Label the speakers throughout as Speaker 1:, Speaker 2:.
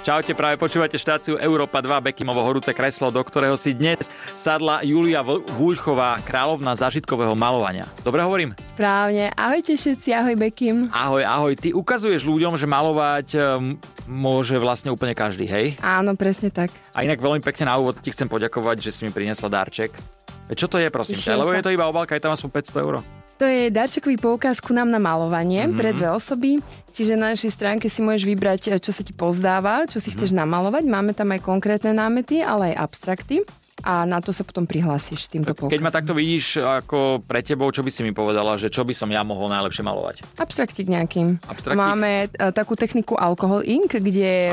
Speaker 1: Čaute, práve počúvate štáciu Európa 2 Bekimovo horúce kreslo, do ktorého si dnes sadla Julia Vl- Vúľchová, kráľovna zažitkového malovania. Dobre hovorím?
Speaker 2: Správne. Ahojte všetci, ahoj Bekim.
Speaker 1: Ahoj, ahoj. Ty ukazuješ ľuďom, že malovať ehm, môže vlastne úplne každý, hej?
Speaker 2: Áno, presne tak.
Speaker 1: A inak veľmi pekne na úvod ti chcem poďakovať, že si mi priniesla darček. E, Čo to je, prosím ťa?
Speaker 2: Teším
Speaker 1: Lebo
Speaker 2: sa.
Speaker 1: je to iba obálka, je tam aspoň 500 eur.
Speaker 2: To je darčekový poukaz ku nám na malovanie
Speaker 1: Mhm.
Speaker 2: mm-hmm. pre dve osoby. Čiže na našej stránke si môžeš vybrať, e, čo sa ti pozdáva,
Speaker 1: Mhm.
Speaker 2: čo si mm-hmm. chceš namalovať. Máme tam aj konkrétne námety, ale aj abstrakty. A na to sa potom prihlásiš s týmto poukazom.
Speaker 1: Keď ma takto vidíš ako pre tebou, čo by si mi povedala, že čo by som ja mohol najlepšie malovať?
Speaker 2: Abstraktik nejakým.
Speaker 1: Abstraktík?
Speaker 2: Máme e, takú techniku alkohol ink, kde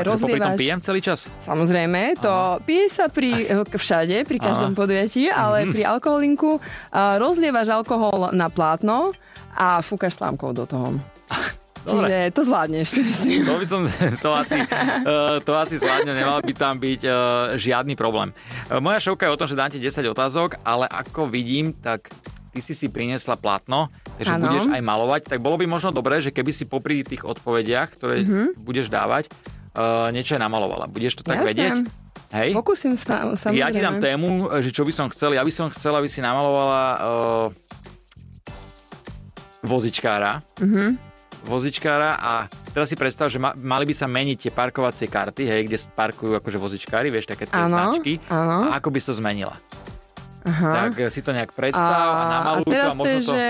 Speaker 1: A že popri tom
Speaker 2: rozlievaš...
Speaker 1: pijem celý čas?
Speaker 2: Samozrejme, to Aha. pije sa pri, eh, všade, pri každom
Speaker 1: Aha.
Speaker 2: podujatí,
Speaker 1: Mhm.
Speaker 2: ale pri alkoholinku a rozlievaš alkohol na plátno a fúkaš slámkou do toho.
Speaker 1: Dobre.
Speaker 2: Čiže to zvládneš, si myslím.
Speaker 1: To by som, to asi, eh, to asi zvládne, nemal by tam byť eh, žiadny problém. Eh, Moja šovka je o tom, že dám ti 10 otázok, ale ako vidím, tak ty si si priniesla platno, že
Speaker 2: Áno.
Speaker 1: budeš aj malovať, tak bolo by možno dobré, že keby si popri tých odpovediach, ktoré budeš dávať, eh, niečo aj namalovala. Budeš to tak
Speaker 2: Mhm. Jasné.
Speaker 1: vedieť? Hej?
Speaker 2: Pokúsim sa, samozrejme.
Speaker 1: Ja ti dám tému, že čo by som chcel. Ja by som chcel, aby si namalovala uh, vozičkára.
Speaker 2: Mhm.
Speaker 1: Vozičkára a teraz si predstav, že ma, mali by sa meniť tie parkovacie karty, hej, kde parkujú akože vozičkári, vieš, také tie
Speaker 2: Áno,
Speaker 1: značky.
Speaker 2: áno.
Speaker 1: A ako by sa zmenila.
Speaker 2: Aha.
Speaker 1: Tak eh, si to nejak predstav a, namaluj to a
Speaker 2: teraz to
Speaker 1: možno
Speaker 2: je,
Speaker 1: to...
Speaker 2: že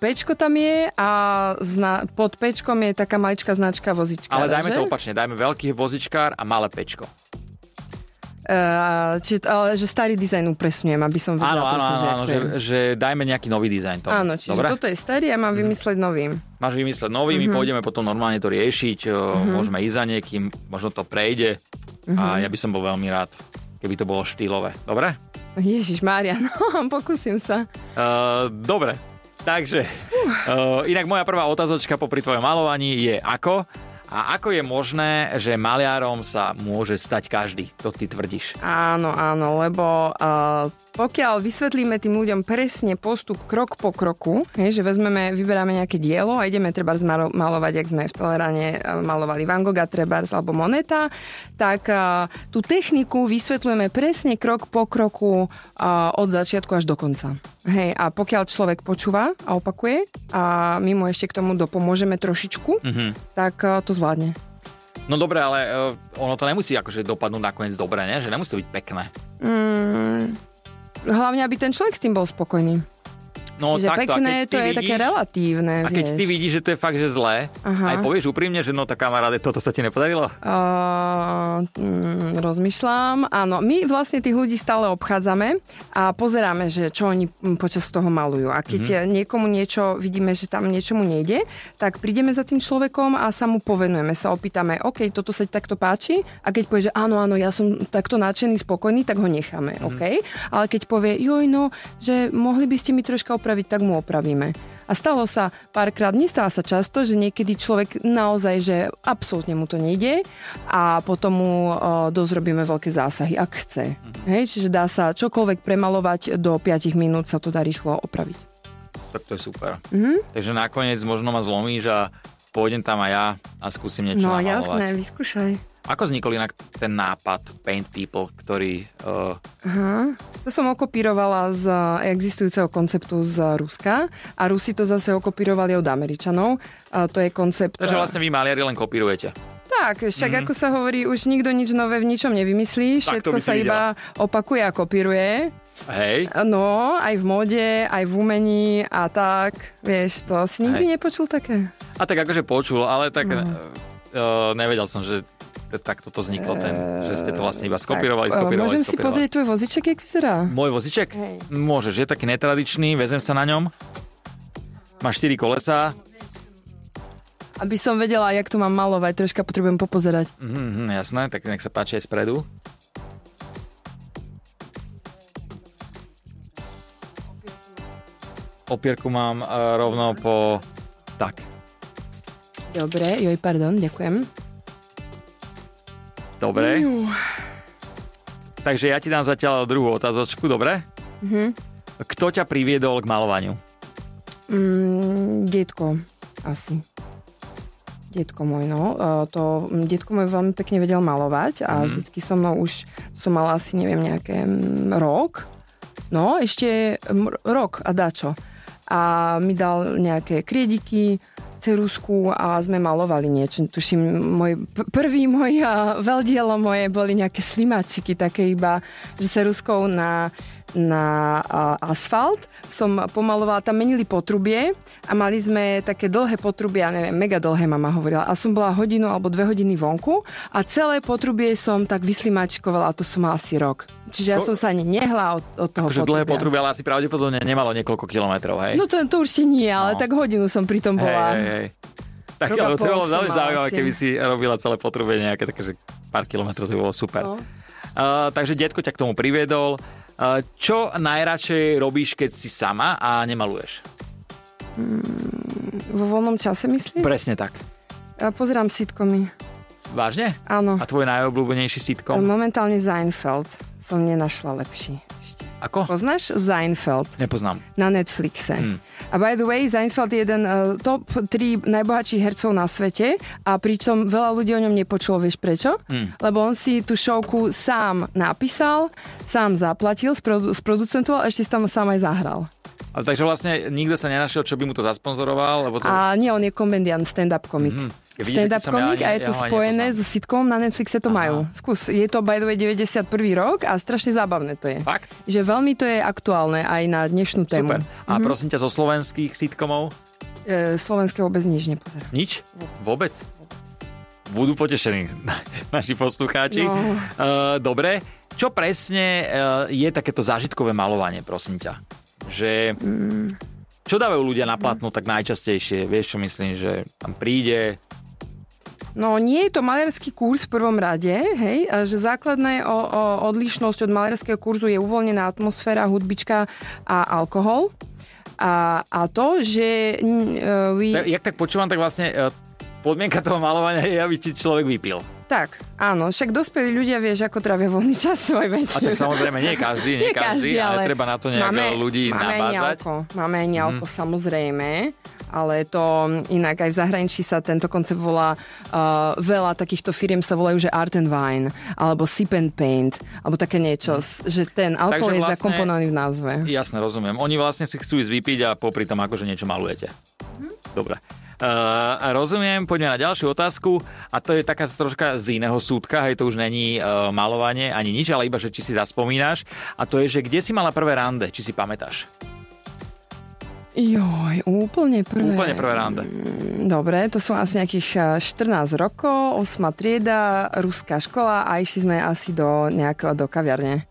Speaker 2: pečko tam je a zna, pod pečkom je taká maličká značka vozička.
Speaker 1: Ale dajme
Speaker 2: že?
Speaker 1: to opačne, dajme veľký vozičkár a malé pečko.
Speaker 2: Uh, či, ale že starý dizajn upresňujem, aby som
Speaker 1: Áno,
Speaker 2: vedela
Speaker 1: áno,
Speaker 2: presne,
Speaker 1: áno,
Speaker 2: že,
Speaker 1: áno
Speaker 2: jak to
Speaker 1: že,
Speaker 2: je.
Speaker 1: že dajme nejaký nový dizajn tomu.
Speaker 2: Áno, čiže
Speaker 1: Dobre? Mhm.
Speaker 2: toto je starý a mám vymysleť novým.
Speaker 1: Máš vymysleť nový,
Speaker 2: Mhm.
Speaker 1: my pôjdeme potom normálne to riešiť, mm-hmm. môžeme ísť za niekým, možno to prejde a
Speaker 2: Mhm.
Speaker 1: ja by som bol veľmi rád, keby to bolo štýlové. Dobre?
Speaker 2: Ježiš Mária, no pokúsim sa.
Speaker 1: Uh, dobre, takže uh, inak moja prvá otázočka popri tvojom malovaní je ako a ako je možné, že maliarom sa môže stať každý? To ty tvrdíš.
Speaker 2: Áno, áno, lebo uh, pokiaľ vysvetlíme tým ľuďom presne postup krok po kroku, hej, že vezmeme, vyberáme nejaké dielo a ideme treba malovať, jak sme v Tolerane eh, malovali Van Gogha, Trebars alebo Moneta, tak uh, tú techniku vysvetlujeme presne krok po kroku uh, od začiatku až do konca. Hej, a pokiaľ človek počúva a opakuje a my mu ešte k tomu dopomôžeme trošičku,
Speaker 1: Mhm.
Speaker 2: tak uh, to zvládne.
Speaker 1: No dobre, ale uh, ono to nemusí akože dopadnúť nakoniec dobre, ne? že nemusí to byť pekné.
Speaker 2: Mm, hlavne, aby ten človek s tým bol spokojný.
Speaker 1: No
Speaker 2: Čiže
Speaker 1: takto, a
Speaker 2: pekné
Speaker 1: keď ty
Speaker 2: to je
Speaker 1: vidíš,
Speaker 2: také relatívne,
Speaker 1: A keď
Speaker 2: vieš.
Speaker 1: ty vidíš, že to je fakt, že zlé, aj
Speaker 2: Aha.
Speaker 1: povieš úprimne, že no tak kamaráde, toto sa ti nepodarilo?
Speaker 2: Uh, mm, rozmýšľam. Áno, my vlastne tých ľudí stále obchádzame a pozeráme, že čo oni mm, počas toho malujú. A keď mm-hmm. niekomu niečo vidíme, že tam niečomu nejde, tak prídeme za tým človekom a sa mu povenujeme, sa opýtame, OK, toto sa ti takto páči? A keď povie, že áno, áno, ja som takto nadšený, spokojný, tak ho necháme, mm-hmm. OK? Ale keď povie, joj, no, že mohli by ste mi troška opraviť, tak mu opravíme. A stalo sa párkrát, nestáva sa často, že niekedy človek naozaj, že absolútne mu to nejde a potom mu e, dosť robíme veľké zásahy, ak
Speaker 1: Mhm.
Speaker 2: chce. Hej, čiže dá sa čokoľvek premalovať, do 5 minút sa to dá rýchlo opraviť.
Speaker 1: Tak to je super.
Speaker 2: Mhm.
Speaker 1: Takže nakoniec možno ma zlomíš a pôjdem tam aj ja a skúsim niečo
Speaker 2: no
Speaker 1: namalovať.
Speaker 2: jasné, vyskúšaj.
Speaker 1: Ako vznikol inak ten nápad Paint People, ktorý... Uh,
Speaker 2: Aha. To som okopírovala z existujúceho konceptu z Ruska a Rusi to zase okopírovali od Američanov. A to je koncept...
Speaker 1: takže
Speaker 2: e,
Speaker 1: vlastne vy maliari len kopírujete.
Speaker 2: Tak, však mm. ako sa hovorí, už nikto nič nové v ničom
Speaker 1: Mhm.
Speaker 2: nevymyslí,
Speaker 1: Tak to
Speaker 2: všetko
Speaker 1: by si
Speaker 2: sa iba opakuje a kopíruje.
Speaker 1: Hej.
Speaker 2: No, aj v móde, aj v umení a tak, vieš, to si nikdy
Speaker 1: Hej.
Speaker 2: nepočul také.
Speaker 1: A tak akože počul, ale tak no. uh, nevedel som, že t- takto to vzniklo, ten, že ste to vlastne iba skopírovali,
Speaker 2: Tak, eh,
Speaker 1: skopírovali,
Speaker 2: Môžem si
Speaker 1: skopírovali.
Speaker 2: pozrieť tvoj voziček, jak vyzerá?
Speaker 1: Môj voziček?
Speaker 2: Hej.
Speaker 1: Môžeš, je taký netradičný, vezem sa na ňom. Má 4 kolesá.
Speaker 2: Aby som vedela, jak to mám malovať, troška potrebujem popozerať.
Speaker 1: Mhm, jasné, tak nech sa páči aj spredu. Opierku mám e, rovno po... Tak,
Speaker 2: Dobre, joj, pardon, ďakujem.
Speaker 1: dobre.
Speaker 2: Jú,
Speaker 1: Takže ja ti dám zatiaľ druhú otázočku, dobre?
Speaker 2: Mhm.
Speaker 1: Kto ťa priviedol k malovaniu?
Speaker 2: Mm, detko, asi. Detko môj, no. Uh, to, m, detko môj veľmi pekne vedel malovať a mm. vždycky so mnou už som mala asi, neviem, nejaké mm, rok. No, ešte mm, rok a dačo. A mi dal nejaké kriediky, cerusku a sme malovali niečo. Tuším, môj p- prvý môj a, veľdielo moje boli nejaké slimačiky, také iba, že ceruskou na, na a, asfalt som pomalovala, tam menili potrubie a mali sme také dlhé potrubie, ja neviem, mega dlhé mama hovorila a som bola hodinu alebo dve hodiny vonku a celé potrubie som tak vyslimačkovala a to som mala asi rok. Čiže ja
Speaker 1: To-
Speaker 2: som sa ani nehla od, od toho
Speaker 1: Akože dlhé
Speaker 2: potrubia.
Speaker 1: potrubie, ale asi pravdepodobne nemalo niekoľko kilometrov, hej?
Speaker 2: No to, to určite nie,
Speaker 1: No.
Speaker 2: ale tak hodinu som pri tom
Speaker 1: hej,
Speaker 2: bola.
Speaker 1: hej, hej. Tak,
Speaker 2: Roka
Speaker 1: ale to
Speaker 2: pol
Speaker 1: bolo
Speaker 2: som
Speaker 1: veľmi
Speaker 2: mala
Speaker 1: zaujímavé,
Speaker 2: asi.
Speaker 1: keby si robila celé potrubie nejaké, takže pár kilometrov, to by bolo super.
Speaker 2: No.
Speaker 1: Uh, takže detko ťa k tomu priviedol. Uh, čo najradšej robíš, keď si sama a nemaluješ?
Speaker 2: Vo voľnom čase myslíš?
Speaker 1: Presne tak.
Speaker 2: Ja pozerám sitcomy.
Speaker 1: Vážne?
Speaker 2: Áno.
Speaker 1: A tvoj najobľúbenejší sitcom?
Speaker 2: Momentálne Seinfeld som nenašla lepší. Ešte.
Speaker 1: Ako?
Speaker 2: Poznáš Seinfeld
Speaker 1: Nepoznám.
Speaker 2: na Netflixe?
Speaker 1: Hmm.
Speaker 2: Mm. A by the way, Seinfeld je jeden uh, top 3 najbohatších hercov na svete a pritom veľa ľudí o ňom nepočulo, vieš prečo?
Speaker 1: Hmm.
Speaker 2: Mm. Lebo on si tú šovku sám napísal, sám zaplatil, sprodu- sproducentoval a ešte si tam sám aj zahral.
Speaker 1: Ale takže vlastne nikto sa nenašiel, čo by mu to zasponzoroval, lebo to...
Speaker 2: A nie, on je komedian, stand-up komik.
Speaker 1: Mhm.
Speaker 2: Mm-hmm.
Speaker 1: Vidíš,
Speaker 2: Stand-up
Speaker 1: aký som ja
Speaker 2: komik
Speaker 1: ani-
Speaker 2: a je to
Speaker 1: ja ho ani
Speaker 2: spojené
Speaker 1: nepoznám.
Speaker 2: so sitcom, na Netflixe to Aha. majú. Skús, je to by the way 91. rok a strašne zábavné to je.
Speaker 1: Fakt?
Speaker 2: Že veľmi to je aktuálne aj na dnešnú
Speaker 1: Super.
Speaker 2: tému.
Speaker 1: A
Speaker 2: Mhm.
Speaker 1: prosím ťa, zo slovenských sitcomov?
Speaker 2: E, slovenské vôbec nič nepozerám.
Speaker 1: Nič? Vôbec? Budú potešení naši poslucháči.
Speaker 2: No.
Speaker 1: Uh, dobre. Čo presne uh, je takéto zážitkové malovanie, prosím ťa? Že...
Speaker 2: Mm.
Speaker 1: Čo dávajú ľudia na platno tak najčastejšie? Vieš, čo myslím, že tam príde...
Speaker 2: No nie je to maliarský kurz v prvom rade, hej, a že základná o, o, odlišnosť od maliarského kurzu je uvoľnená atmosféra, hudbička a alkohol. A, a to, že... n- e, vy...
Speaker 1: Tak, jak tak počúvam, tak vlastne uh, podmienka toho malovania je, aby ti človek vypil.
Speaker 2: Tak, áno, však dospelí ľudia vieš, ako trávia voľný čas svoj
Speaker 1: A
Speaker 2: večer.
Speaker 1: tak samozrejme, nie každý, nie, každý, ale, treba na to nejak
Speaker 2: máme,
Speaker 1: ľudí
Speaker 2: máme Aj
Speaker 1: nabázať. Mhm.
Speaker 2: nealko, máme aj nealko, mm. samozrejme, ale to inak aj v zahraničí sa tento koncept volá, uh, veľa takýchto firiem sa volajú, že Art and Wine, alebo Sip and Paint, alebo také niečo, s- že ten alkohol je
Speaker 1: Mhm. vlastne-
Speaker 2: zakomponovaný v názve.
Speaker 1: Jasne, rozumiem. Oni vlastne si chcú ísť vypiť a popri tom akože niečo malujete. Dobre. Uh, rozumiem, poďme na ďalšiu otázku a to je taká troška z iného súdka, hej, to už není uh, malovanie ani nič, ale iba, že či si zaspomínaš a to je, že kde si mala prvé rande, či si pamätáš?
Speaker 2: Joj, úplne prvé.
Speaker 1: Úplne prvé rande.
Speaker 2: Dobre, to sú asi nejakých eh, 14 rokov, 8. trieda, ruská škola a išli sme asi do nejakého, do kaviarne.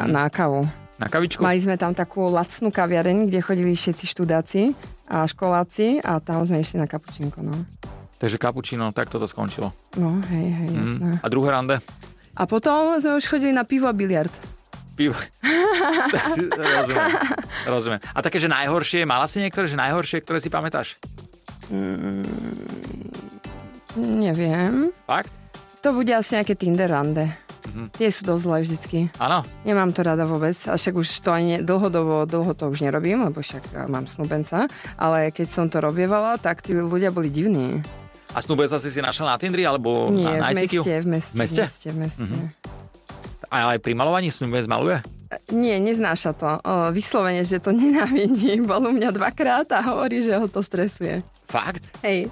Speaker 1: Mhm.
Speaker 2: mm-hmm. na kavu.
Speaker 1: Na kavičku?
Speaker 2: Mali sme tam takú lacnú kaviareň, kde chodili všetci študáci a školáci a tam sme išli na kapučinko, no.
Speaker 1: Takže kapučino, tak toto skončilo.
Speaker 2: No, hej, hej, jasné.
Speaker 1: Mm. A druhé rande?
Speaker 2: A potom sme už chodili na pivo a biliard.
Speaker 1: Pivo. rozumiem, rozumiem. A také, že najhoršie, mala si niektoré, že najhoršie, ktoré si pamätáš?
Speaker 2: Neviem.
Speaker 1: Fakt?
Speaker 2: To bude asi nejaké Tinder rande.
Speaker 1: Mhm.
Speaker 2: Mm-hmm. Tie sú dosť zlé vždycky.
Speaker 1: Áno.
Speaker 2: Nemám to rada vôbec, a však už to ani dlhodobo, dlho to už nerobím, lebo však eh, mám snúbenca, ale keď som to robievala, tak tí ľudia boli divní.
Speaker 1: A snúbenca si si našla na Tindri alebo
Speaker 2: Nie,
Speaker 1: na, na
Speaker 2: v
Speaker 1: ICQ?
Speaker 2: meste,
Speaker 1: V meste? Mhm.
Speaker 2: v meste, v meste, v meste. Mm-hmm.
Speaker 1: A aj pri malovaní snúbenec maluje?
Speaker 2: Nie, neznáša to. O, vyslovene, že to nenávidí. Bol u mňa dvakrát a hovorí, že ho to stresuje.
Speaker 1: Fakt?
Speaker 2: Hej.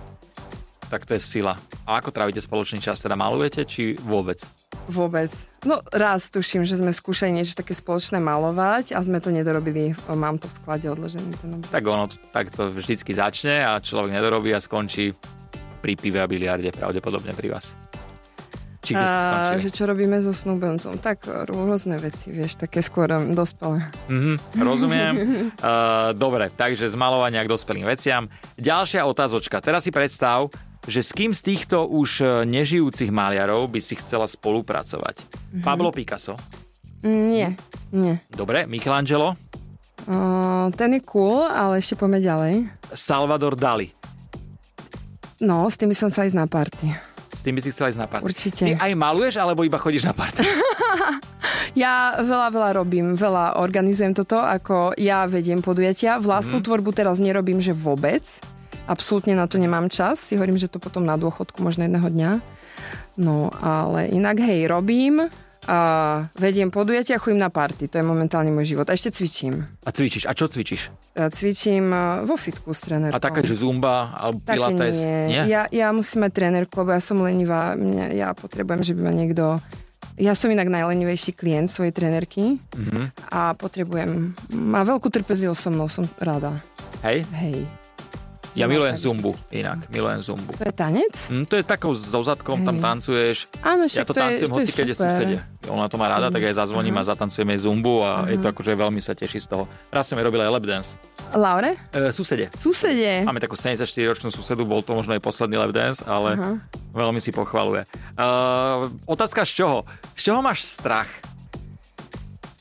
Speaker 1: Tak to je sila. A ako trávite spoločný čas? Teda malujete, či vôbec?
Speaker 2: Vôbec. No raz tuším, že sme skúšali niečo také spoločné malovať a sme to nedorobili. O, mám to v sklade odložený ten obraz.
Speaker 1: Tak ono t- tak to vždycky začne a človek nedorobí a skončí pri pive a biliarde, pravdepodobne pri vás. Či kde ste
Speaker 2: A,
Speaker 1: skončili?
Speaker 2: že čo robíme so snúbencom? Tak r- rôzne veci, vieš, také skôr um, dospelé.
Speaker 1: Mhm, rozumiem. Uh, dobre, takže z malovania k dospelým veciam. Ďalšia otázočka. Teraz si predstav, že s kým z týchto už eh, nežijúcich maliarov by si chcela spolupracovať?
Speaker 2: Mhm.
Speaker 1: Pablo Picasso.
Speaker 2: Mm, Nie, nie.
Speaker 1: Dobre, Michelangelo.
Speaker 2: O, ten je cool, ale ešte poďme ďalej.
Speaker 1: Salvador Dali.
Speaker 2: No, s tými som sa ísť na party.
Speaker 1: S tým by si chcela ísť na party.
Speaker 2: Určite.
Speaker 1: Ty aj maluješ, alebo iba chodíš na party?
Speaker 2: Ja veľa, veľa robím,
Speaker 1: Mhm.
Speaker 2: veľa organizujem toto, ako ja vediem podujatia. Vlastnú tvorbu teraz nerobím, že vôbec. absolútne na to nemám čas. Si hovorím, že to potom na dôchodku možno jedného dňa. No, ale inak hej, robím, a vediem podujatia a chodím na party. To je momentálne môj život. A ešte cvičím.
Speaker 1: A cvičíš. A čo cvičíš?
Speaker 2: A cvičím a, vo fitku s trénerkou.
Speaker 1: A také, že zumba alebo
Speaker 2: No. Také
Speaker 1: pilates?
Speaker 2: nie. Ja, ja musím mať trénerku, lebo ja som lenivá. Mňa, ja potrebujem, že by ma niekto... Ja som inak najlenivejší klient svojej trénerky
Speaker 1: Mhm.
Speaker 2: a potrebujem... Má veľkú trpezlivosť so mnou, som rada.
Speaker 1: Hej?
Speaker 2: Hej.
Speaker 1: Ja
Speaker 2: Že má
Speaker 1: milujem
Speaker 2: tak-
Speaker 1: zumbu inak. Milujem zumbu.
Speaker 2: To je tanec?
Speaker 1: Mm, to je s takou zozadkom, tam
Speaker 2: Hej.
Speaker 1: tancuješ.
Speaker 2: Áno,
Speaker 1: Ja
Speaker 2: však
Speaker 1: to
Speaker 2: to je,
Speaker 1: tancujem
Speaker 2: to je
Speaker 1: hoci, keď je
Speaker 2: super.
Speaker 1: susede. Ona to má rada, tak aj zazvoním a zatancujem jej zumbu a je to akože veľmi sa teší z toho. Raz som jej robil aj lap dance.
Speaker 2: Laure?
Speaker 1: E, susede.
Speaker 2: Susede?
Speaker 1: Máme takú 74-ročnú susedu, bol to možno aj posledný lap dance, ale
Speaker 2: Aha.
Speaker 1: veľmi si pochvaluje. E, otázka z čoho? Z čoho máš strach?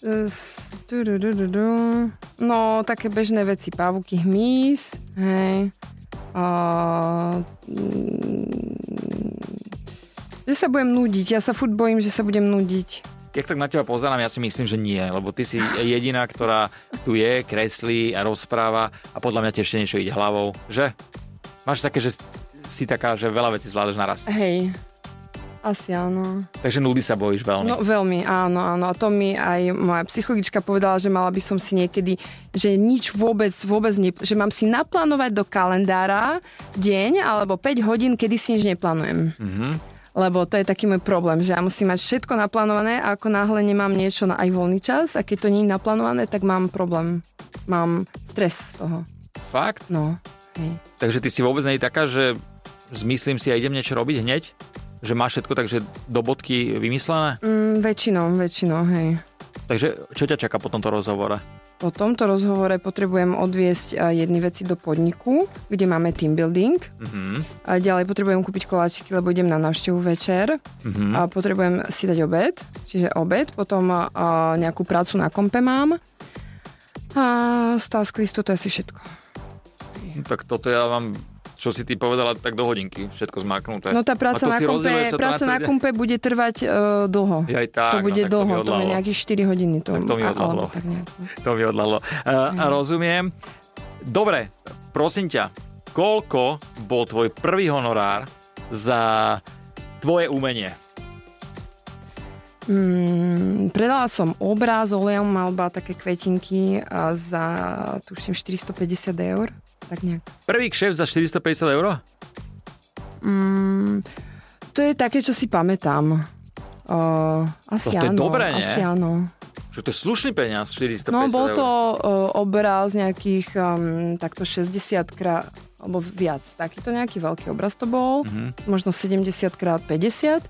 Speaker 2: S- tu, du, du, du, du. No, také bežné veci. Pavúky, hmyz, hej. A, mm, že sa budem nudiť. Ja sa furt bojím, že sa budem nudiť.
Speaker 1: Keď tak na teba pozerám, ja si myslím, že nie, lebo ty si jediná, ktorá tu je, kreslí a rozpráva a podľa mňa ti ešte niečo ide hlavou, že? Máš také, že si taká, že veľa vecí zvládaš naraz.
Speaker 2: Hej. Asi áno.
Speaker 1: Takže nudy sa bojíš veľmi.
Speaker 2: No veľmi, áno, áno. A to mi aj moja psychologička povedala, že mala by som si niekedy, že nič vôbec, vôbec, ne, že mám si naplánovať do kalendára deň alebo 5 hodín, kedy si nič neplánujem.
Speaker 1: Mhm.
Speaker 2: Lebo to je taký môj problém, že ja musím mať všetko naplánované a ako náhle nemám niečo na aj voľný čas a keď to nie je naplánované, tak mám problém. Mám stres z toho.
Speaker 1: Fakt?
Speaker 2: No, hej.
Speaker 1: Takže ty si vôbec nie je taká, že zmyslím si a idem niečo robiť hneď? Že máš všetko takže do bodky vymyslené?
Speaker 2: Mm, väčšinou, väčšinou, hej.
Speaker 1: Takže čo ťa čaká po tomto rozhovore?
Speaker 2: Po tomto rozhovore potrebujem odviesť eh, jedny veci do podniku, kde máme team building.
Speaker 1: Mhm.
Speaker 2: A ďalej potrebujem kúpiť koláčiky, lebo idem na návštevu večer.
Speaker 1: Mhm.
Speaker 2: A potrebujem si dať obed, čiže obed, potom a, a, nejakú prácu na kompe mám. A z task listu to je asi všetko.
Speaker 1: Tak toto ja vám čo si ty povedala, tak do hodinky všetko zmáknuté.
Speaker 2: No tá práca
Speaker 1: A to
Speaker 2: na
Speaker 1: si
Speaker 2: kompe,
Speaker 1: rozdeluješ to na
Speaker 2: práca na
Speaker 1: celý deň?
Speaker 2: kompe bude trvať uh, dlho.
Speaker 1: Aj tak,
Speaker 2: to bude
Speaker 1: no, tak
Speaker 2: dlho,
Speaker 1: to
Speaker 2: to bude
Speaker 1: mi odlalo.
Speaker 2: nejakých 4 hodiny. To,
Speaker 1: Tak to mi
Speaker 2: a-
Speaker 1: odľahlo.
Speaker 2: alebo tak nejak.
Speaker 1: To mi odlalo.
Speaker 2: Mhm.
Speaker 1: Uh, rozumiem. Dobre, prosím ťa, koľko bol tvoj prvý honorár za tvoje umenie?
Speaker 2: Mm, predala som obraz olejom malba, také kvetinky a za tuším 450 eur. Tak nejak.
Speaker 1: Prvý kšef za 450 eur?
Speaker 2: Mm, to je také, čo si pamätám. Uh,
Speaker 1: To-
Speaker 2: asi
Speaker 1: to je
Speaker 2: áno.
Speaker 1: dobré, nie?
Speaker 2: asi áno.
Speaker 1: Čo to je slušný peniaz, 450
Speaker 2: No, bol to
Speaker 1: eur.
Speaker 2: uh, obraz nejakých um, takto 60 krát alebo viac. Takýto nejaký veľký obraz to bol.
Speaker 1: Mhm.
Speaker 2: Možno 70 krát 50.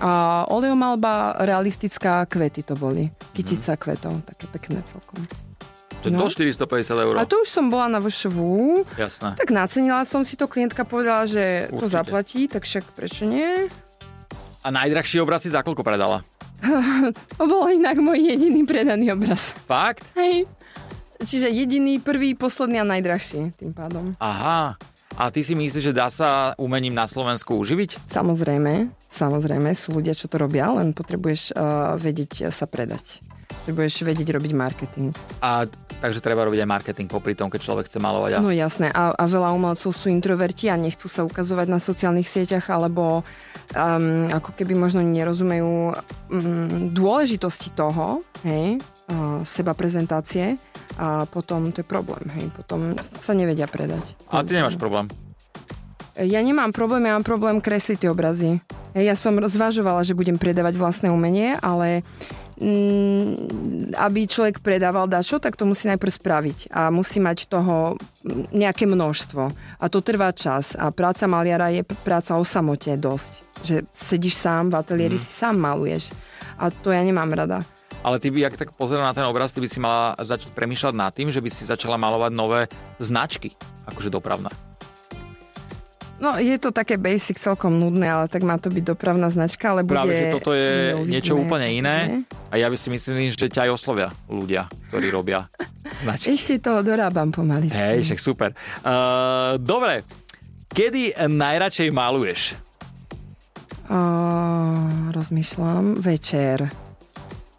Speaker 2: A oleomalba realistická kvety to boli. Kytica
Speaker 1: Mhm.
Speaker 2: kvetov, také pekné celkom.
Speaker 1: To je do
Speaker 2: no.
Speaker 1: 450 eur.
Speaker 2: A tu už som bola na VŠVU,
Speaker 1: Jasné.
Speaker 2: tak nacenila som si to, klientka povedala, že
Speaker 1: Určite.
Speaker 2: to zaplatí, tak však prečo nie?
Speaker 1: A najdrahší obraz si za koľko predala?
Speaker 2: To No bol inak môj jediný predaný obraz.
Speaker 1: Fakt?
Speaker 2: Hej. Čiže jediný, prvý, posledný a najdrahší tým pádom.
Speaker 1: Aha. A ty si myslíš, že dá sa umením na Slovensku uživiť?
Speaker 2: Samozrejme, samozrejme, sú ľudia, čo to robia, len potrebuješ uh, vedieť eh, sa predať. Potrebuješ vedieť robiť marketing.
Speaker 1: A takže treba robiť aj marketing popri tom, keď človek chce malovať. A...
Speaker 2: No jasné, a, a veľa umelcov sú introverti a nechcú sa ukazovať na sociálnych sieťach, alebo um, ako keby možno nerozumejú um, dôležitosti toho, hej, uh, seba prezentácie a potom to je problém, hej, potom sa nevedia predať.
Speaker 1: A ty nemáš problém.
Speaker 2: Ja nemám problém, ja mám problém kresliť tie obrazy. Ja som zvažovala, že budem predávať vlastné umenie, ale mm, aby človek predával dačo, tak to musí najprv spraviť a musí mať toho mm, nejaké množstvo. A to trvá čas a práca maliara je p- práca o samote dosť. Že sedíš sám v
Speaker 1: Mhm.
Speaker 2: ateliéri, si sám maluješ. A to ja nemám rada.
Speaker 1: Ale ty by, ak tak pozerám na ten obraz, ty by si mala začať premýšľať nad tým, že by si začala malovať nové značky, akože dopravné.
Speaker 2: No, je to také basic, celkom nudné, ale tak má to byť dopravná značka, ale bude...
Speaker 1: Práve, že toto je
Speaker 2: uvidíme,
Speaker 1: niečo úplne
Speaker 2: ako
Speaker 1: iné.
Speaker 2: bude.
Speaker 1: A ja by si myslím, že ťa aj oslovia ľudia, ktorí robia značky.
Speaker 2: Ešte to dorábam pomaličky.
Speaker 1: Hej, však super. Uh, dobre, kedy najradšej maluješ?
Speaker 2: A, rozmýšľam. Večer.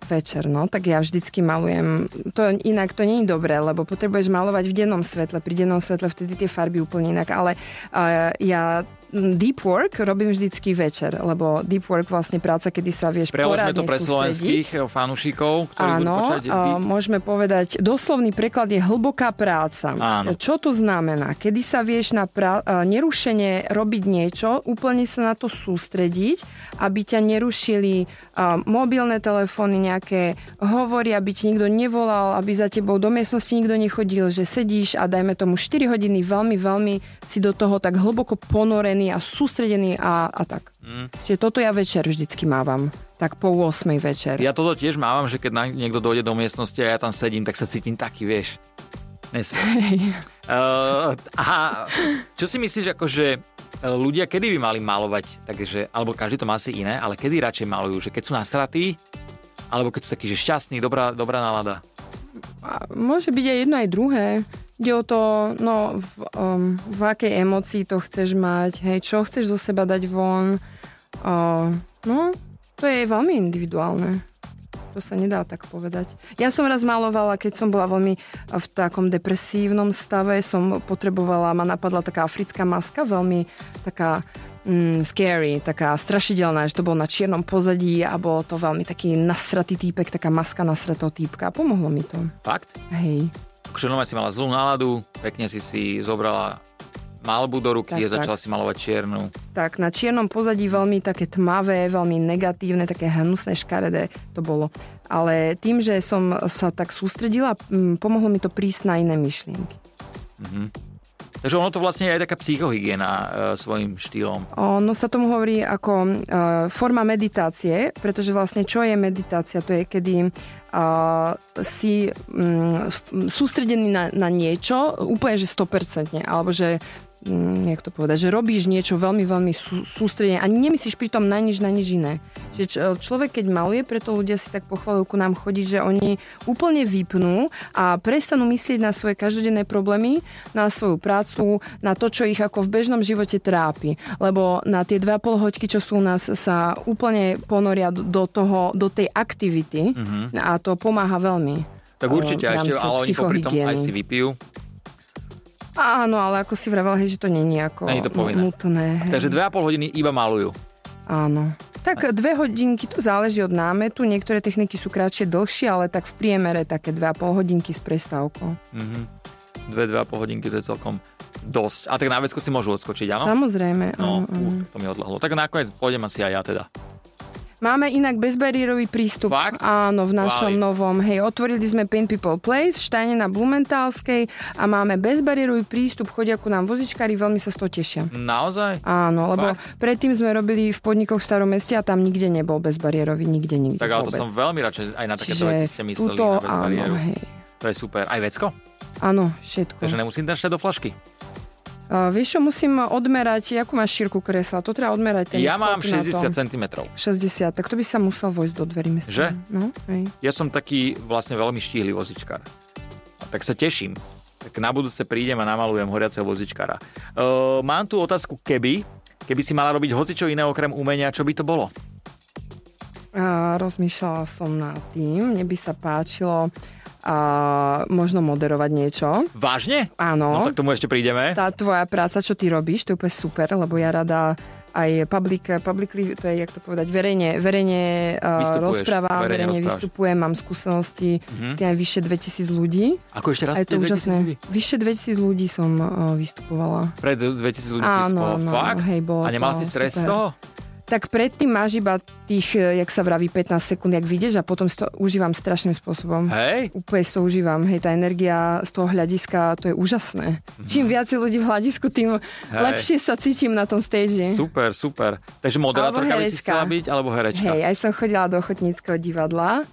Speaker 2: Večer, no, tak ja vždycky malujem. To inak to nie je dobré, lebo potrebuješ malovať v dennom svetle. Pri dennom svetle vtedy tie farby úplne inak, ale uh, ja deep work robím vždycky večer, lebo deep work vlastne práca, kedy sa vieš
Speaker 1: Preložme
Speaker 2: poradne
Speaker 1: to pre
Speaker 2: sústrediť.
Speaker 1: slovenských eh, fanúšikov, ktorí budú eh,
Speaker 2: Áno, eh,
Speaker 1: počať.
Speaker 2: a môžeme povedať, doslovný preklad je hlboká práca.
Speaker 1: Áno.
Speaker 2: Čo to znamená? Kedy sa vieš na pra- a nerušene robiť niečo, úplne sa na to sústrediť, aby ťa nerušili a, mobilné telefóny nejaké hovory, aby ti nikto nevolal, aby za tebou do miestnosti nikto nechodil, že sedíš a dajme tomu 4 hodiny veľmi, veľmi si do toho tak hlboko ponorený a sústredený a, a tak. Mm. Čiže toto ja večer vždycky mávam. Tak po 8 večer.
Speaker 1: Ja toto tiež mávam, že keď na- niekto dojde do miestnosti a ja tam sedím, tak sa cítim taký, vieš. Nesmier. Uh, a čo si myslíš, akože ľudia kedy by mali malovať, takže, alebo každý to má asi iné, ale kedy radšej malujú, že keď sú nasratí, alebo keď sú takí, že šťastní, dobrá, dobrá nálada.
Speaker 2: A Môže byť aj jedno, aj druhé. Ide o to, no, v, um, v akej emocii to chceš mať, hej, čo chceš zo seba dať von. Uh, no, to je veľmi individuálne. To sa nedá tak povedať. Ja som raz malovala, keď som bola veľmi v takom depresívnom stave, som potrebovala, ma napadla taká africká maska, veľmi taká mm, scary, taká strašidelná, že to bolo na čiernom pozadí a bolo to veľmi taký nasratý týpek, taká maska nasratého týpka. Pomohlo mi to.
Speaker 1: Fakt?
Speaker 2: Hej,
Speaker 1: Akože normálne si mala zlú náladu, pekne si si zobrala malbu do ruky
Speaker 2: Tak,
Speaker 1: a začala si malovať čiernu.
Speaker 2: tak na čiernom pozadí veľmi také tmavé, veľmi negatívne, také hnusné, škaredé to bolo. Ale tým, že som sa tak sústredila, mm, pomohlo mi to prísť na iné myšlienky.
Speaker 1: Takže ono to vlastne je aj taká psychohygiena e, svojim štýlom.
Speaker 2: Ono sa tomu hovorí ako e, forma meditácie, pretože vlastne čo je meditácia? To je, kedy e, si mm, s- m, sústredený na, na niečo úplne, že 100%, alebo že mm, jak to povedať, že robíš niečo veľmi, veľmi sú, sústredene a nemyslíš pritom na nič, na nič iné. Že č- človek, keď maluje, preto ľudia si tak pochvalujú ku nám chodí, že oni úplne vypnú a prestanú myslieť na svoje každodenné problémy, na svoju prácu, na to, čo ich ako v bežnom živote trápi. Lebo na tie 2,5 hoďky, čo sú u nás, sa úplne ponoria do- do, toho, do tej aktivity
Speaker 1: Mhm.
Speaker 2: a to pomáha veľmi.
Speaker 1: Tak
Speaker 2: Ale
Speaker 1: určite,
Speaker 2: Eh, v
Speaker 1: a ešte,
Speaker 2: rámci
Speaker 1: ale oni popri tom aj
Speaker 2: psychohygieny.
Speaker 1: si vypijú.
Speaker 2: Áno, ale ako si vravel, hej, že to nie je ako
Speaker 1: Není to povinné.
Speaker 2: nutné. hej.
Speaker 1: Takže 2,5 hodiny iba malujú.
Speaker 2: Áno. Tak dve hodinky, to záleží od námetu. Niektoré techniky sú kratšie, dlhšie, ale tak v priemere také dve a pol hodinky s prestávkou.
Speaker 1: No. Dve, dve a pol hodinky, to je celkom dosť. A tak na vecko si môžu odskočiť, áno?
Speaker 2: Samozrejme.
Speaker 1: No,
Speaker 2: áno, áno.
Speaker 1: uh, to mi odlahlo. Tak nakoniec pôjdem asi aj ja teda.
Speaker 2: Máme inak bezbariérový prístup.
Speaker 1: Fakt?
Speaker 2: Áno, v našom
Speaker 1: Chválim.
Speaker 2: novom. Hej, otvorili sme Pain People Place v Štajne na Blumentálskej a máme bezbariérový prístup. Chodia ku nám vozičkári, veľmi sa z toho tešia.
Speaker 1: Naozaj?
Speaker 2: Áno, lebo predtým sme robili v podnikoch v Starom meste a tam nikde nebol bezbariérový, nikde, nikde
Speaker 1: Tak ale to
Speaker 2: vôbec.
Speaker 1: som veľmi rád, že aj na takéto
Speaker 2: Čiže
Speaker 1: veci ste mysleli. na
Speaker 2: tuto,
Speaker 1: bez bariéru.
Speaker 2: áno, hej.
Speaker 1: to je super. Aj vecko?
Speaker 2: áno, všetko.
Speaker 1: Takže nemusím dať do flašky.
Speaker 2: Uh, vieš čo, musím odmerať, akú máš šírku kresla? To treba odmerať. Ten
Speaker 1: ja mám
Speaker 2: skok
Speaker 1: 60
Speaker 2: na tom.
Speaker 1: cm.
Speaker 2: 60, tak to by sa musel vojsť do dverí myslím.
Speaker 1: Že?
Speaker 2: No, hej.
Speaker 1: Ja som taký vlastne veľmi štíhly vozičkár. A tak sa teším. Tak na budúce prídem a namalujem horiaceho vozičkára. Uh, mám tu otázku keby. Keby si mala robiť hocičo iné okrem umenia, čo by to bolo?
Speaker 2: A rozmýšľala som nad tým, mne by sa páčilo a, možno moderovať niečo.
Speaker 1: Vážne? No,
Speaker 2: Áno,
Speaker 1: tak tomu ešte prídeme.
Speaker 2: tá tvoja práca, čo ty robíš, to je úplne super, lebo ja rada aj public, publicly, to je, jak to povedať, verejne, verejne uh,
Speaker 1: Vystupuješ,
Speaker 2: rozprávam,
Speaker 1: verejne
Speaker 2: verejne,
Speaker 1: rozprávaš. Mhm.
Speaker 2: vystupujem, mám skúsenosti, mm-hmm. aj vyše 2000 ľudí.
Speaker 1: Ako ešte raz?
Speaker 2: A je to
Speaker 1: tie 2000 ľudí?
Speaker 2: úžasné. Vyše 2000 ľudí som uh, vystupovala.
Speaker 1: Pred 2000 ľudí si
Speaker 2: Áno,
Speaker 1: spolo.
Speaker 2: áno,
Speaker 1: Fakt?
Speaker 2: hej, bolo
Speaker 1: a nemal si
Speaker 2: to
Speaker 1: stres z
Speaker 2: super.
Speaker 1: toho?
Speaker 2: Tak predtým máš iba tých, eh, jak sa vraví, 15 sekúnd, jak vidieš a potom si to užívam strašným spôsobom.
Speaker 1: Hej?
Speaker 2: Úplne si to užívam. Hej, tá energia z toho hľadiska, to je úžasné. Čím viac je ľudí v hľadisku, tým
Speaker 1: Mhm. Hej.
Speaker 2: lepšie sa cítim na tom stage.
Speaker 1: Super, super. Takže moderátorka by si
Speaker 2: herečka.
Speaker 1: chcela byť, alebo herečka.
Speaker 2: Hej, aj som chodila do ochotníckého divadla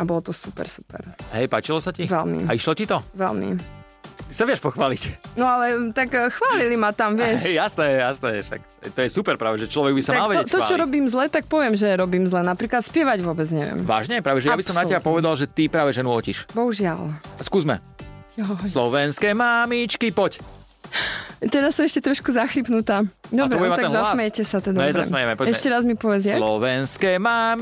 Speaker 2: a bolo to super, super.
Speaker 1: Hej, páčilo sa ti?
Speaker 2: Veľmi.
Speaker 1: A išlo ti to?
Speaker 2: Veľmi.
Speaker 1: Ty sa vieš pochváliť.
Speaker 2: No ale tak eh, chválili ma tam, vieš.
Speaker 1: Hej, jasné, jasné. Však to je super práve, že človek by sa mal
Speaker 2: Tak to,
Speaker 1: vedieť
Speaker 2: to, čo
Speaker 1: chváliť.
Speaker 2: robím zle, tak poviem, že robím zle. Napríklad spievať vôbec neviem.
Speaker 1: Vážne? Práve, že ja by som na teba
Speaker 2: Absolútne.
Speaker 1: povedal, že ty práve ženu otiš.
Speaker 2: Bohužiaľ.
Speaker 1: Skúsme.
Speaker 2: Joj.
Speaker 1: Slovenské mámičky, poď.
Speaker 2: Teraz som ešte trošku zachrypnutá. Dobre,
Speaker 1: bude
Speaker 2: no
Speaker 1: mať
Speaker 2: tak
Speaker 1: ten hlas.
Speaker 2: zasmejete sa teda.
Speaker 1: No,
Speaker 2: dobre.
Speaker 1: nezasmejeme, poďme.
Speaker 2: Ešte raz mi povedz, jak?
Speaker 1: Slovenské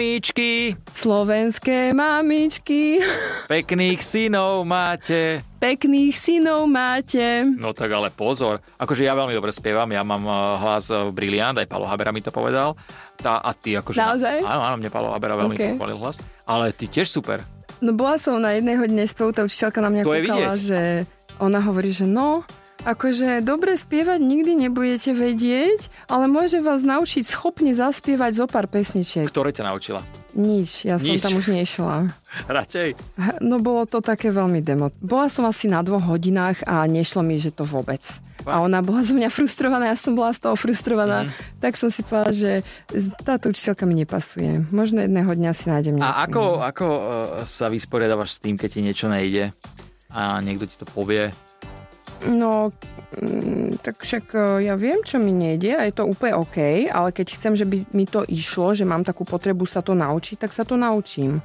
Speaker 1: mamičky,
Speaker 2: Slovenské mamičky,
Speaker 1: pekných synov máte.
Speaker 2: pekných synov máte.
Speaker 1: No tak ale pozor, akože ja veľmi dobre spievam, ja mám eh, hlas eh, briliant, aj Palo Habera mi to povedal. Tá, a ty akože...
Speaker 2: Naozaj?
Speaker 1: Áno, áno, mne Palo Habera veľmi
Speaker 2: Ok.
Speaker 1: okay. pochválil hlas. Ale ty tiež super.
Speaker 2: No bola som na jednej hodine spevu, tá učiteľka na mňa
Speaker 1: To je
Speaker 2: kúkala,
Speaker 1: vidieť.
Speaker 2: že ona hovorí, že no, akože dobre spievať nikdy nebudete vedieť, ale môže vás naučiť schopne zaspievať zo pár pesničiek.
Speaker 1: Ktoré ťa naučila?
Speaker 2: Nič, ja som
Speaker 1: Nič.
Speaker 2: tam už nešla.
Speaker 1: Radšej.
Speaker 2: No bolo to také veľmi demo. Bola som asi na dvoch hodinách a nešlo mi, že to vôbec. A ona bola zo mňa frustrovaná, ja som bola z toho
Speaker 1: Mhm.
Speaker 2: frustrovaná. Mm. Tak som si povedala, že táto učiteľka mi nepasuje. Možno jedného dňa si nájdem nejakú.
Speaker 1: A ako, ako eh, sa vysporiadávaš s tým, keď ti niečo nejde a niekto ti to povie?
Speaker 2: No, mm, tak však e, ja viem, čo mi nejde a je to úplne OK, ale keď chcem, že by mi to išlo, že mám takú potrebu sa to naučiť, tak sa to naučím.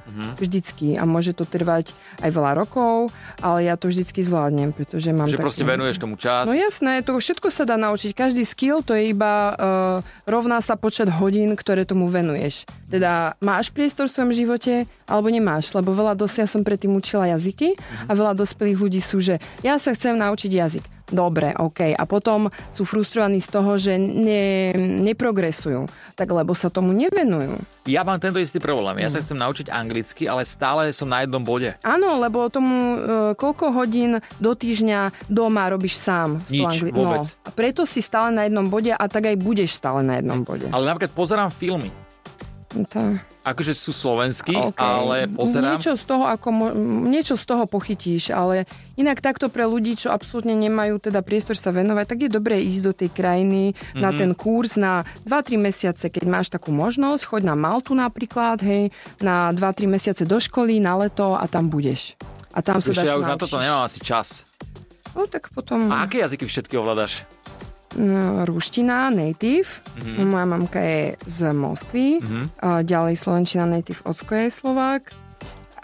Speaker 1: Mhm.
Speaker 2: Mm-hmm. Vždycky. A môže to trvať aj veľa rokov, ale ja to vždycky zvládnem, pretože mám
Speaker 1: Že
Speaker 2: takú...
Speaker 1: proste venuješ tomu čas?
Speaker 2: No jasné, to všetko sa dá naučiť. Každý skill to je iba uh, rovná sa počet hodín, ktoré tomu venuješ. Teda máš priestor v svojom živote alebo nemáš, lebo veľa dosť ja som predtým učila jazyky a veľa dospelých ľudí sú, že ja sa chcem naučiť jazyk. Dobre, OK. A potom sú frustrovaní z toho, že ne, neprogresujú. Tak lebo sa tomu nevenujú.
Speaker 1: Ja mám tento istý problém. Ja
Speaker 2: Mm.
Speaker 1: sa chcem naučiť anglicky, ale stále som na jednom bode.
Speaker 2: Áno, lebo tomu e, koľko hodín do týždňa doma robíš sám. s tou
Speaker 1: Nič,
Speaker 2: angli-
Speaker 1: vôbec.
Speaker 2: No, a preto si stále na jednom bode a tak aj budeš stále na jednom bode.
Speaker 1: Ale napríklad pozerám filmy.
Speaker 2: No tá,
Speaker 1: Akože sú slovenskí,
Speaker 2: OK.
Speaker 1: ale pozerám...
Speaker 2: Niečo z, toho, ako mo- m, niečo z toho pochytíš, ale inak takto pre ľudí, čo absolútne nemajú teda priestor sa venovať, tak je dobré ísť do tej krajiny mm-hmm.
Speaker 1: Mhm.
Speaker 2: na ten kurz na 2-3 mesiace, keď máš takú možnosť, choď na Maltu napríklad, hej, na 2-3 mesiace do školy, na leto a tam budeš. A tam sa
Speaker 1: Ešte
Speaker 2: dáš
Speaker 1: ja už na toto nemám asi čas.
Speaker 2: No tak potom...
Speaker 1: A aké jazyky všetky ovládaš?
Speaker 2: No, ruština, native.
Speaker 1: Mhm.
Speaker 2: Mm-hmm. Moja mamka je z Moskvy. Mm-hmm. A ďalej slovenčina, native, ocko je Slovák.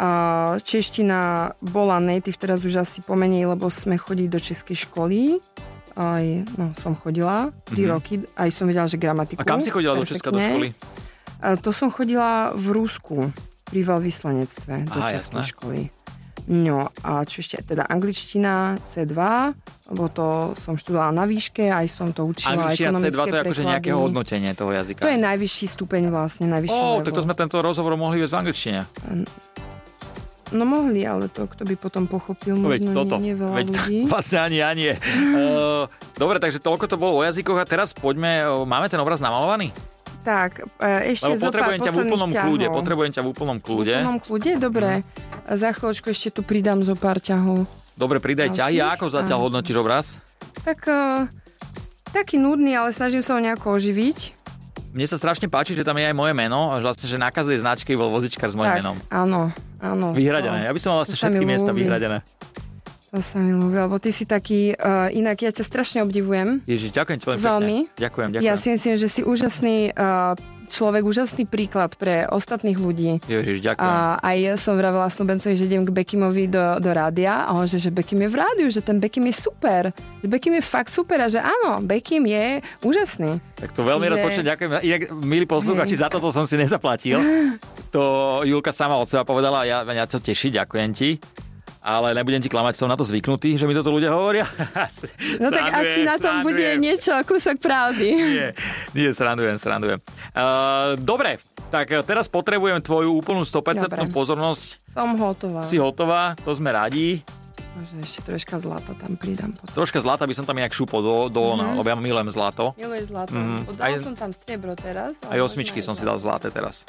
Speaker 2: A čeština bola native, teraz už asi pomenej, lebo sme chodili do českej školy. Aj, no, som chodila 3 mm-hmm. roky, aj som vedela, že gramatiku.
Speaker 1: Mhm. A kam si chodila do Česka do
Speaker 2: perfektne.
Speaker 1: školy?
Speaker 2: A E, to som chodila v Rusku pri veľvyslanectve do
Speaker 1: Aha,
Speaker 2: Českej
Speaker 1: jasné.
Speaker 2: školy. No a čo ešte, teda angličtina C2, lebo to som študovala na výške, aj som to učila
Speaker 1: Angličtina
Speaker 2: ekonomické
Speaker 1: C2 to je akože
Speaker 2: preklady.
Speaker 1: nejaké hodnotenie toho jazyka.
Speaker 2: To je najvyšší stupeň vlastne, najvyšší
Speaker 1: Ó,
Speaker 2: level.
Speaker 1: tak to sme tento rozhovor mohli viesť v angličtine.
Speaker 2: No mohli, ale to kto by potom pochopil,
Speaker 1: No veď
Speaker 2: možno
Speaker 1: toto.
Speaker 2: nie, nie veľa
Speaker 1: Veď to,
Speaker 2: ľudí.
Speaker 1: vlastne ani ja nie. Eh, Dobre, takže toľko to bolo o jazykoch a teraz poďme, eh, máme ten obraz namalovaný?
Speaker 2: Tak, e, ešte
Speaker 1: Lebo
Speaker 2: zo pár
Speaker 1: potrebujem ťa v
Speaker 2: posledných
Speaker 1: úplnom
Speaker 2: ťahov.
Speaker 1: kľude, potrebujem ťa v úplnom kľude. Mhm.
Speaker 2: V úplnom kľude? Dobre. Za chvíľočku ešte tu pridám zo pár ťahov.
Speaker 1: Dobre, pridaj ťa.
Speaker 2: Ďalších?
Speaker 1: Ja ako zatiaľ
Speaker 2: Áno.
Speaker 1: hodnotíš obraz?
Speaker 2: Tak, e, taký nudný, ale snažím sa ho nejako oživiť.
Speaker 1: Mne sa strašne páči, že tam je aj moje meno, a že vlastne, že na každej značke bol vozičkar s mojim
Speaker 2: tak,
Speaker 1: menom.
Speaker 2: áno, áno.
Speaker 1: Vyhradené. Ja by som mal vlastne
Speaker 2: To sa mi
Speaker 1: všetky miesta
Speaker 2: ľúbi.
Speaker 1: vyhradené.
Speaker 2: To, to sa mi ľúbi, lebo ty si taký, uh, inak ja ťa strašne obdivujem.
Speaker 1: Ježiš, ďakujem ti veľmi
Speaker 2: Veľmi.
Speaker 1: pekne. Ďakujem, ďakujem.
Speaker 2: Ja si myslím, že si úžasný uh, človek, úžasný príklad pre ostatných ľudí.
Speaker 1: Ježiš, ďakujem.
Speaker 2: A aj ja som vravela Snubencovi, že idem k Bekimovi do, do rádia a on že, že Bekim je v rádiu, že ten Bekim je super. Že Bekim je fakt super a že áno, Bekim je úžasný.
Speaker 1: Tak to veľmi
Speaker 2: že-
Speaker 1: rád počujem, ďakujem. Inak, milí posluchači, za toto som si nezaplatil. To Julka sama od seba povedala, ja, ja to teší, ďakujem ti. Ale nebudem ti klamať, som na to zvyknutý, že mi toto ľudia hovoria.
Speaker 2: No tak asi na tom bude niečo, kúsok pravdy.
Speaker 1: Nie, nie, srandujem, srandujem. Uh, dobre, tak eh, teraz potrebujem tvoju úplnú 100%
Speaker 2: Dobre.
Speaker 1: pozornosť.
Speaker 2: Som hotová.
Speaker 1: Si hotová, to sme radi.
Speaker 2: Možno ešte troška zlata tam pridám potom.
Speaker 1: Troška zlata by som tam inak šúpol do, do
Speaker 2: Mhm.
Speaker 1: ona, lebo ja milujem zlato.
Speaker 2: Miluješ zlato.
Speaker 1: Mhm.
Speaker 2: Mm-hmm. Dal
Speaker 1: Aj-
Speaker 2: som tam striebro teraz.
Speaker 1: Aj osmičky som si dal zlaté teraz.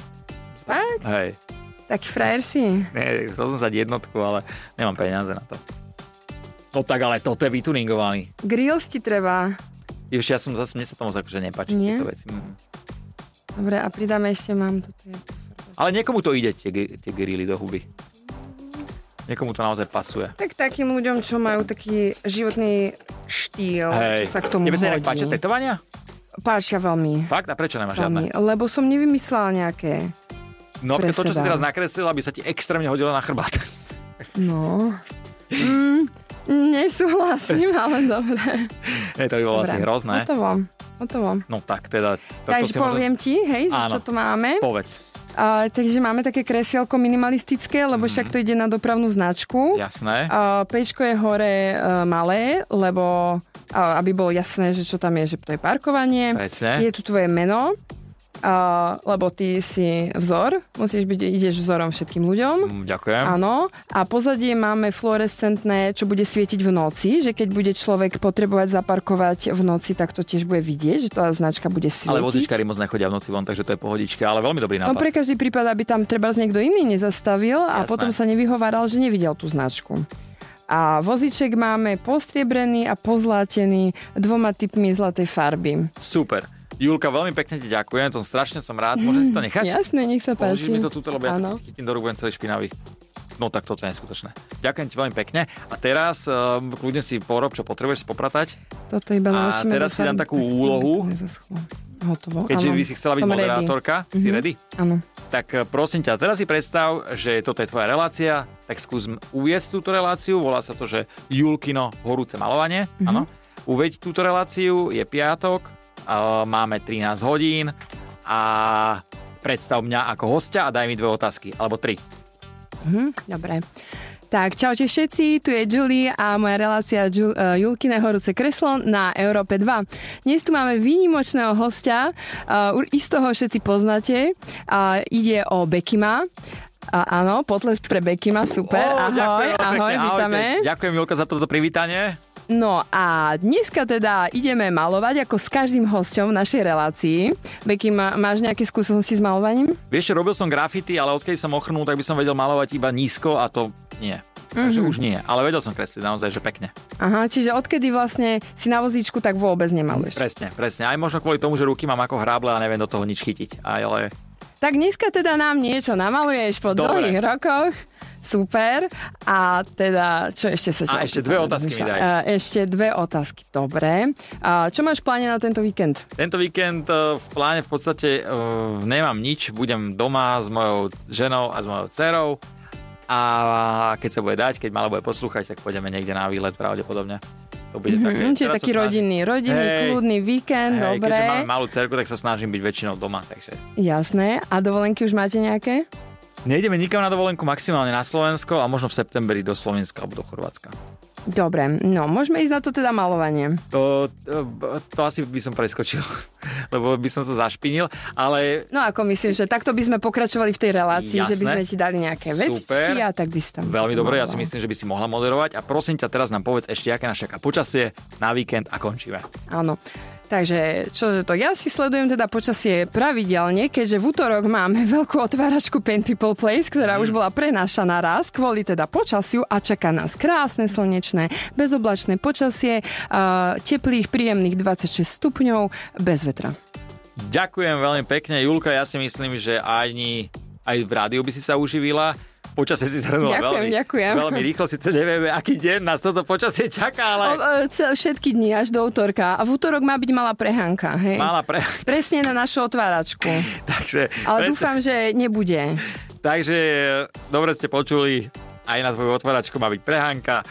Speaker 2: Tak?
Speaker 1: Hej.
Speaker 2: Tak frajer si.
Speaker 1: Nie, chcel som sa dať jednotku, ale nemám peniaze na to. No tak ale toto je vytuningovaný.
Speaker 2: Grills ti treba.
Speaker 1: Už ja som zase, mne sa tomu akože nepáči
Speaker 2: Nie?
Speaker 1: tieto veci. Mm.
Speaker 2: Dobre, a pridáme ešte, mám tu tie.
Speaker 1: Ale niekomu to ide, tie, gri- tie grily do huby. Niekomu to naozaj pasuje.
Speaker 2: Tak takým ľuďom, čo majú taký životný štýl, čo sa k tomu
Speaker 1: Tebe sa inak
Speaker 2: hodí.
Speaker 1: páčia tetovania?
Speaker 2: Páčia veľmi.
Speaker 1: Fakt? A prečo nemáš
Speaker 2: veľmi.
Speaker 1: žiadne?
Speaker 2: Lebo som nevymyslela nejaké.
Speaker 1: No
Speaker 2: pre
Speaker 1: napríklad to, čo si
Speaker 2: seba.
Speaker 1: teraz nakreslil, aby sa ti extrémne hodilo na chrbát.
Speaker 2: No. Mm, Nesúhlasím, ale dobre.
Speaker 1: E, to by bolo
Speaker 2: Dobre.
Speaker 1: asi hrozné.
Speaker 2: Hotovo. Hotovo.
Speaker 1: No tak teda... To,
Speaker 2: Takže
Speaker 1: si
Speaker 2: poviem ti, hej, že
Speaker 1: Áno.
Speaker 2: čo tu máme.
Speaker 1: Možno... Povedz,
Speaker 2: A, takže máme také kresielko minimalistické, lebo však to ide na dopravnú značku.
Speaker 1: jasné.
Speaker 2: Uh, Pčko je hore uh, malé, lebo uh, aby bolo jasné, že čo tam je, že to je parkovanie.
Speaker 1: Presne.
Speaker 2: Je tu tvoje meno, uh, lebo ty si vzor, musíš byť, ideš vzorom všetkým ľuďom.
Speaker 1: Mm, Ďakujem.
Speaker 2: Áno, a pozadie máme fluorescentné, čo bude svietiť v noci, že keď bude človek potrebovať zaparkovať v noci, tak to tiež bude vidieť, že tá značka bude svietiť.
Speaker 1: Ale vozíčkári moc nechodia v noci von, takže to je pohodička, ale veľmi dobrý
Speaker 2: No
Speaker 1: nápad.
Speaker 2: pre každý prípad, aby tam treba niekto iný nezastavil a
Speaker 1: Jasné.
Speaker 2: potom sa nevyhováral, že nevidel tú značku. A voziček máme postriebrený a pozlátený dvoma typmi zlatej farby.
Speaker 1: Super. Julka, veľmi pekne ti ďakujem, to strašne som rád. Môžem si to nechať?
Speaker 2: Jasné, nech sa
Speaker 1: Položíš mi
Speaker 2: páči.
Speaker 1: to túto, lebo ja
Speaker 2: Áno.
Speaker 1: to chytím do rúk, budem celý špinavý. No tak toto je neskutočné. Ďakujem ti veľmi pekne. A teraz um, kľudne si porob, čo potrebuješ si popratať.
Speaker 2: Toto iba
Speaker 1: A
Speaker 2: naložíme
Speaker 1: teraz
Speaker 2: do
Speaker 1: si dám
Speaker 2: farby.
Speaker 1: takú
Speaker 2: Tak to
Speaker 1: úlohu.
Speaker 2: pekne zaschlo. Hotovo.
Speaker 1: Keďže
Speaker 2: áno.
Speaker 1: by si chcela byť
Speaker 2: Som
Speaker 1: moderátorka, si
Speaker 2: Mhm.
Speaker 1: ready?
Speaker 2: Ready. Áno.
Speaker 1: Tak e, prosím ťa, teraz si predstav, že toto je tvoja relácia, tak skús m- uviesť túto reláciu, volá sa to, že Julkino horúce malovanie,
Speaker 2: Mhm.
Speaker 1: áno. Uveď túto reláciu, je piatok, a máme 13 hodín a predstav mňa ako hostia a daj mi dve otázky, alebo tri.
Speaker 2: Mhm, dobre. Tak, čaute všetci, tu je Julie a moja relácia Ju- eh, Julkine horúce kreslo na Európe 2. Dnes tu máme výnimočného hostia, eh, ur- isto ho všetci poznáte, a ide o Bekima. A áno, potlesk pre Bekima, super,
Speaker 1: Ó,
Speaker 2: ahoj,
Speaker 1: ďakujem, veľmi
Speaker 2: ahoj,
Speaker 1: pekne,
Speaker 2: vítame.
Speaker 1: ahojte. Ďakujem Julka za toto privítanie.
Speaker 2: No a dneska teda ideme malovať ako s každým hosťom v našej relácii. Beky, má- máš nejaké skúsenosti s malovaním?
Speaker 1: Vieš, čo, robil som grafity, ale odkedy som ochrnul, tak by som vedel malovať iba nízko a to nie. Takže
Speaker 2: Mhm.
Speaker 1: už nie, ale vedel som kresliť naozaj, že pekne.
Speaker 2: Aha, čiže odkedy vlastne si na vozíčku tak vôbec nemaluješ?
Speaker 1: Presne, presne. Aj možno kvôli tomu, že ruky mám ako hráble a neviem do toho nič chytiť. Aj, ale
Speaker 2: Tak dneska teda nám niečo namaluješ po
Speaker 1: Dobre.
Speaker 2: dlhých rokoch. Super. A teda, čo ešte
Speaker 1: A
Speaker 2: sa... ťa
Speaker 1: ešte
Speaker 2: opýtam,
Speaker 1: dve otázky mi
Speaker 2: Miša?
Speaker 1: daj.
Speaker 2: E, Ešte dve otázky, dobre. A čo máš v pláne na tento víkend?
Speaker 1: tento víkend e, v pláne v podstate e, nemám nič. Budem doma s mojou ženou a s mojou dcerou. A keď sa bude dať, keď mala bude poslúchať, tak pôjdeme niekde na výlet pravdepodobne. To bude také.
Speaker 2: Hm,
Speaker 1: eh,
Speaker 2: čiže
Speaker 1: Teraz sa
Speaker 2: taký
Speaker 1: snažím-
Speaker 2: rodinný, rodinný,
Speaker 1: Hej.
Speaker 2: kľudný víkend,
Speaker 1: Hej,
Speaker 2: dobre.
Speaker 1: Keďže máme malú cerku, tak sa snažím byť väčšinou doma. Takže
Speaker 2: Jasné. A dovolenky už máte nejaké?
Speaker 1: nejdeme nikam na dovolenku, maximálne na Slovensko a možno v septembri do Slovenska alebo do Chorvátska.
Speaker 2: Dobre, no môžeme ísť na to teda malovanie.
Speaker 1: To, to, to asi by som preskočil, lebo by som sa zašpinil, ale
Speaker 2: No ako myslím, že takto by sme pokračovali v tej relácii, že by
Speaker 1: Jasné.
Speaker 2: sme ti dali nejaké
Speaker 1: Super.
Speaker 2: vecičky a tak by si tam...
Speaker 1: Veľmi dobre, ja si
Speaker 2: malovala.
Speaker 1: myslím, že by si mohla moderovať a prosím ťa teraz nám povedz ešte, aké nás čaká počasie na víkend a končíme.
Speaker 2: Áno. Takže čo je to? Ja si sledujem teda počasie pravidelne, keďže v útorok máme veľkú otváračku Paint People Place, ktorá už
Speaker 1: Mm.
Speaker 2: bola prenášaná raz kvôli teda počasiu a čaká nás krásne slnečné, bezoblačné počasie, uh, teplých, príjemných 26 stupňov, bez vetra.
Speaker 1: Ďakujem veľmi pekne, Julka, ja si myslím, že ani aj v rádiu by si sa uživila. Počasie si zhrnula
Speaker 2: Ďakujem,
Speaker 1: veľmi,
Speaker 2: ďakujem.
Speaker 1: veľmi rýchlo, síce nevieme, aký deň nás toto počasie čaká, ale
Speaker 2: O, e, ce- všetky dni až do útorka. A v útorok má byť malá prehánka, hej?
Speaker 1: mala pre...
Speaker 2: Presne na našu otváračku.
Speaker 1: takže,
Speaker 2: Ale
Speaker 1: presne-
Speaker 2: dúfam, že nebude.
Speaker 1: takže dobre ste počuli, aj na tvoju otváračku má byť prehánka.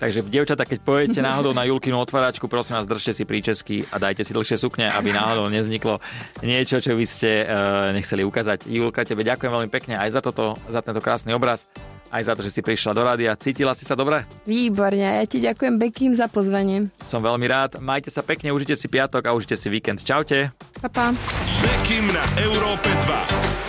Speaker 1: Takže, dievčatá, keď pojete náhodou na Julkinu otváračku, prosím vás, držte si príčesky a dajte si dlhšie sukne, aby náhodou nezniklo niečo, čo by ste uh, nechceli ukázať. Julka, tebe ďakujem veľmi pekne aj za toto, za tento krásny obraz, aj za to, že si prišla do rádia. Cítila si sa dobre?
Speaker 2: Výborne. Ja ti ďakujem, Bekým, za pozvanie.
Speaker 1: Som veľmi rád. Majte sa pekne, užite si piatok a užite si víkend. Čaute.
Speaker 2: Pa, pa.
Speaker 3: Bekim na Európe 2.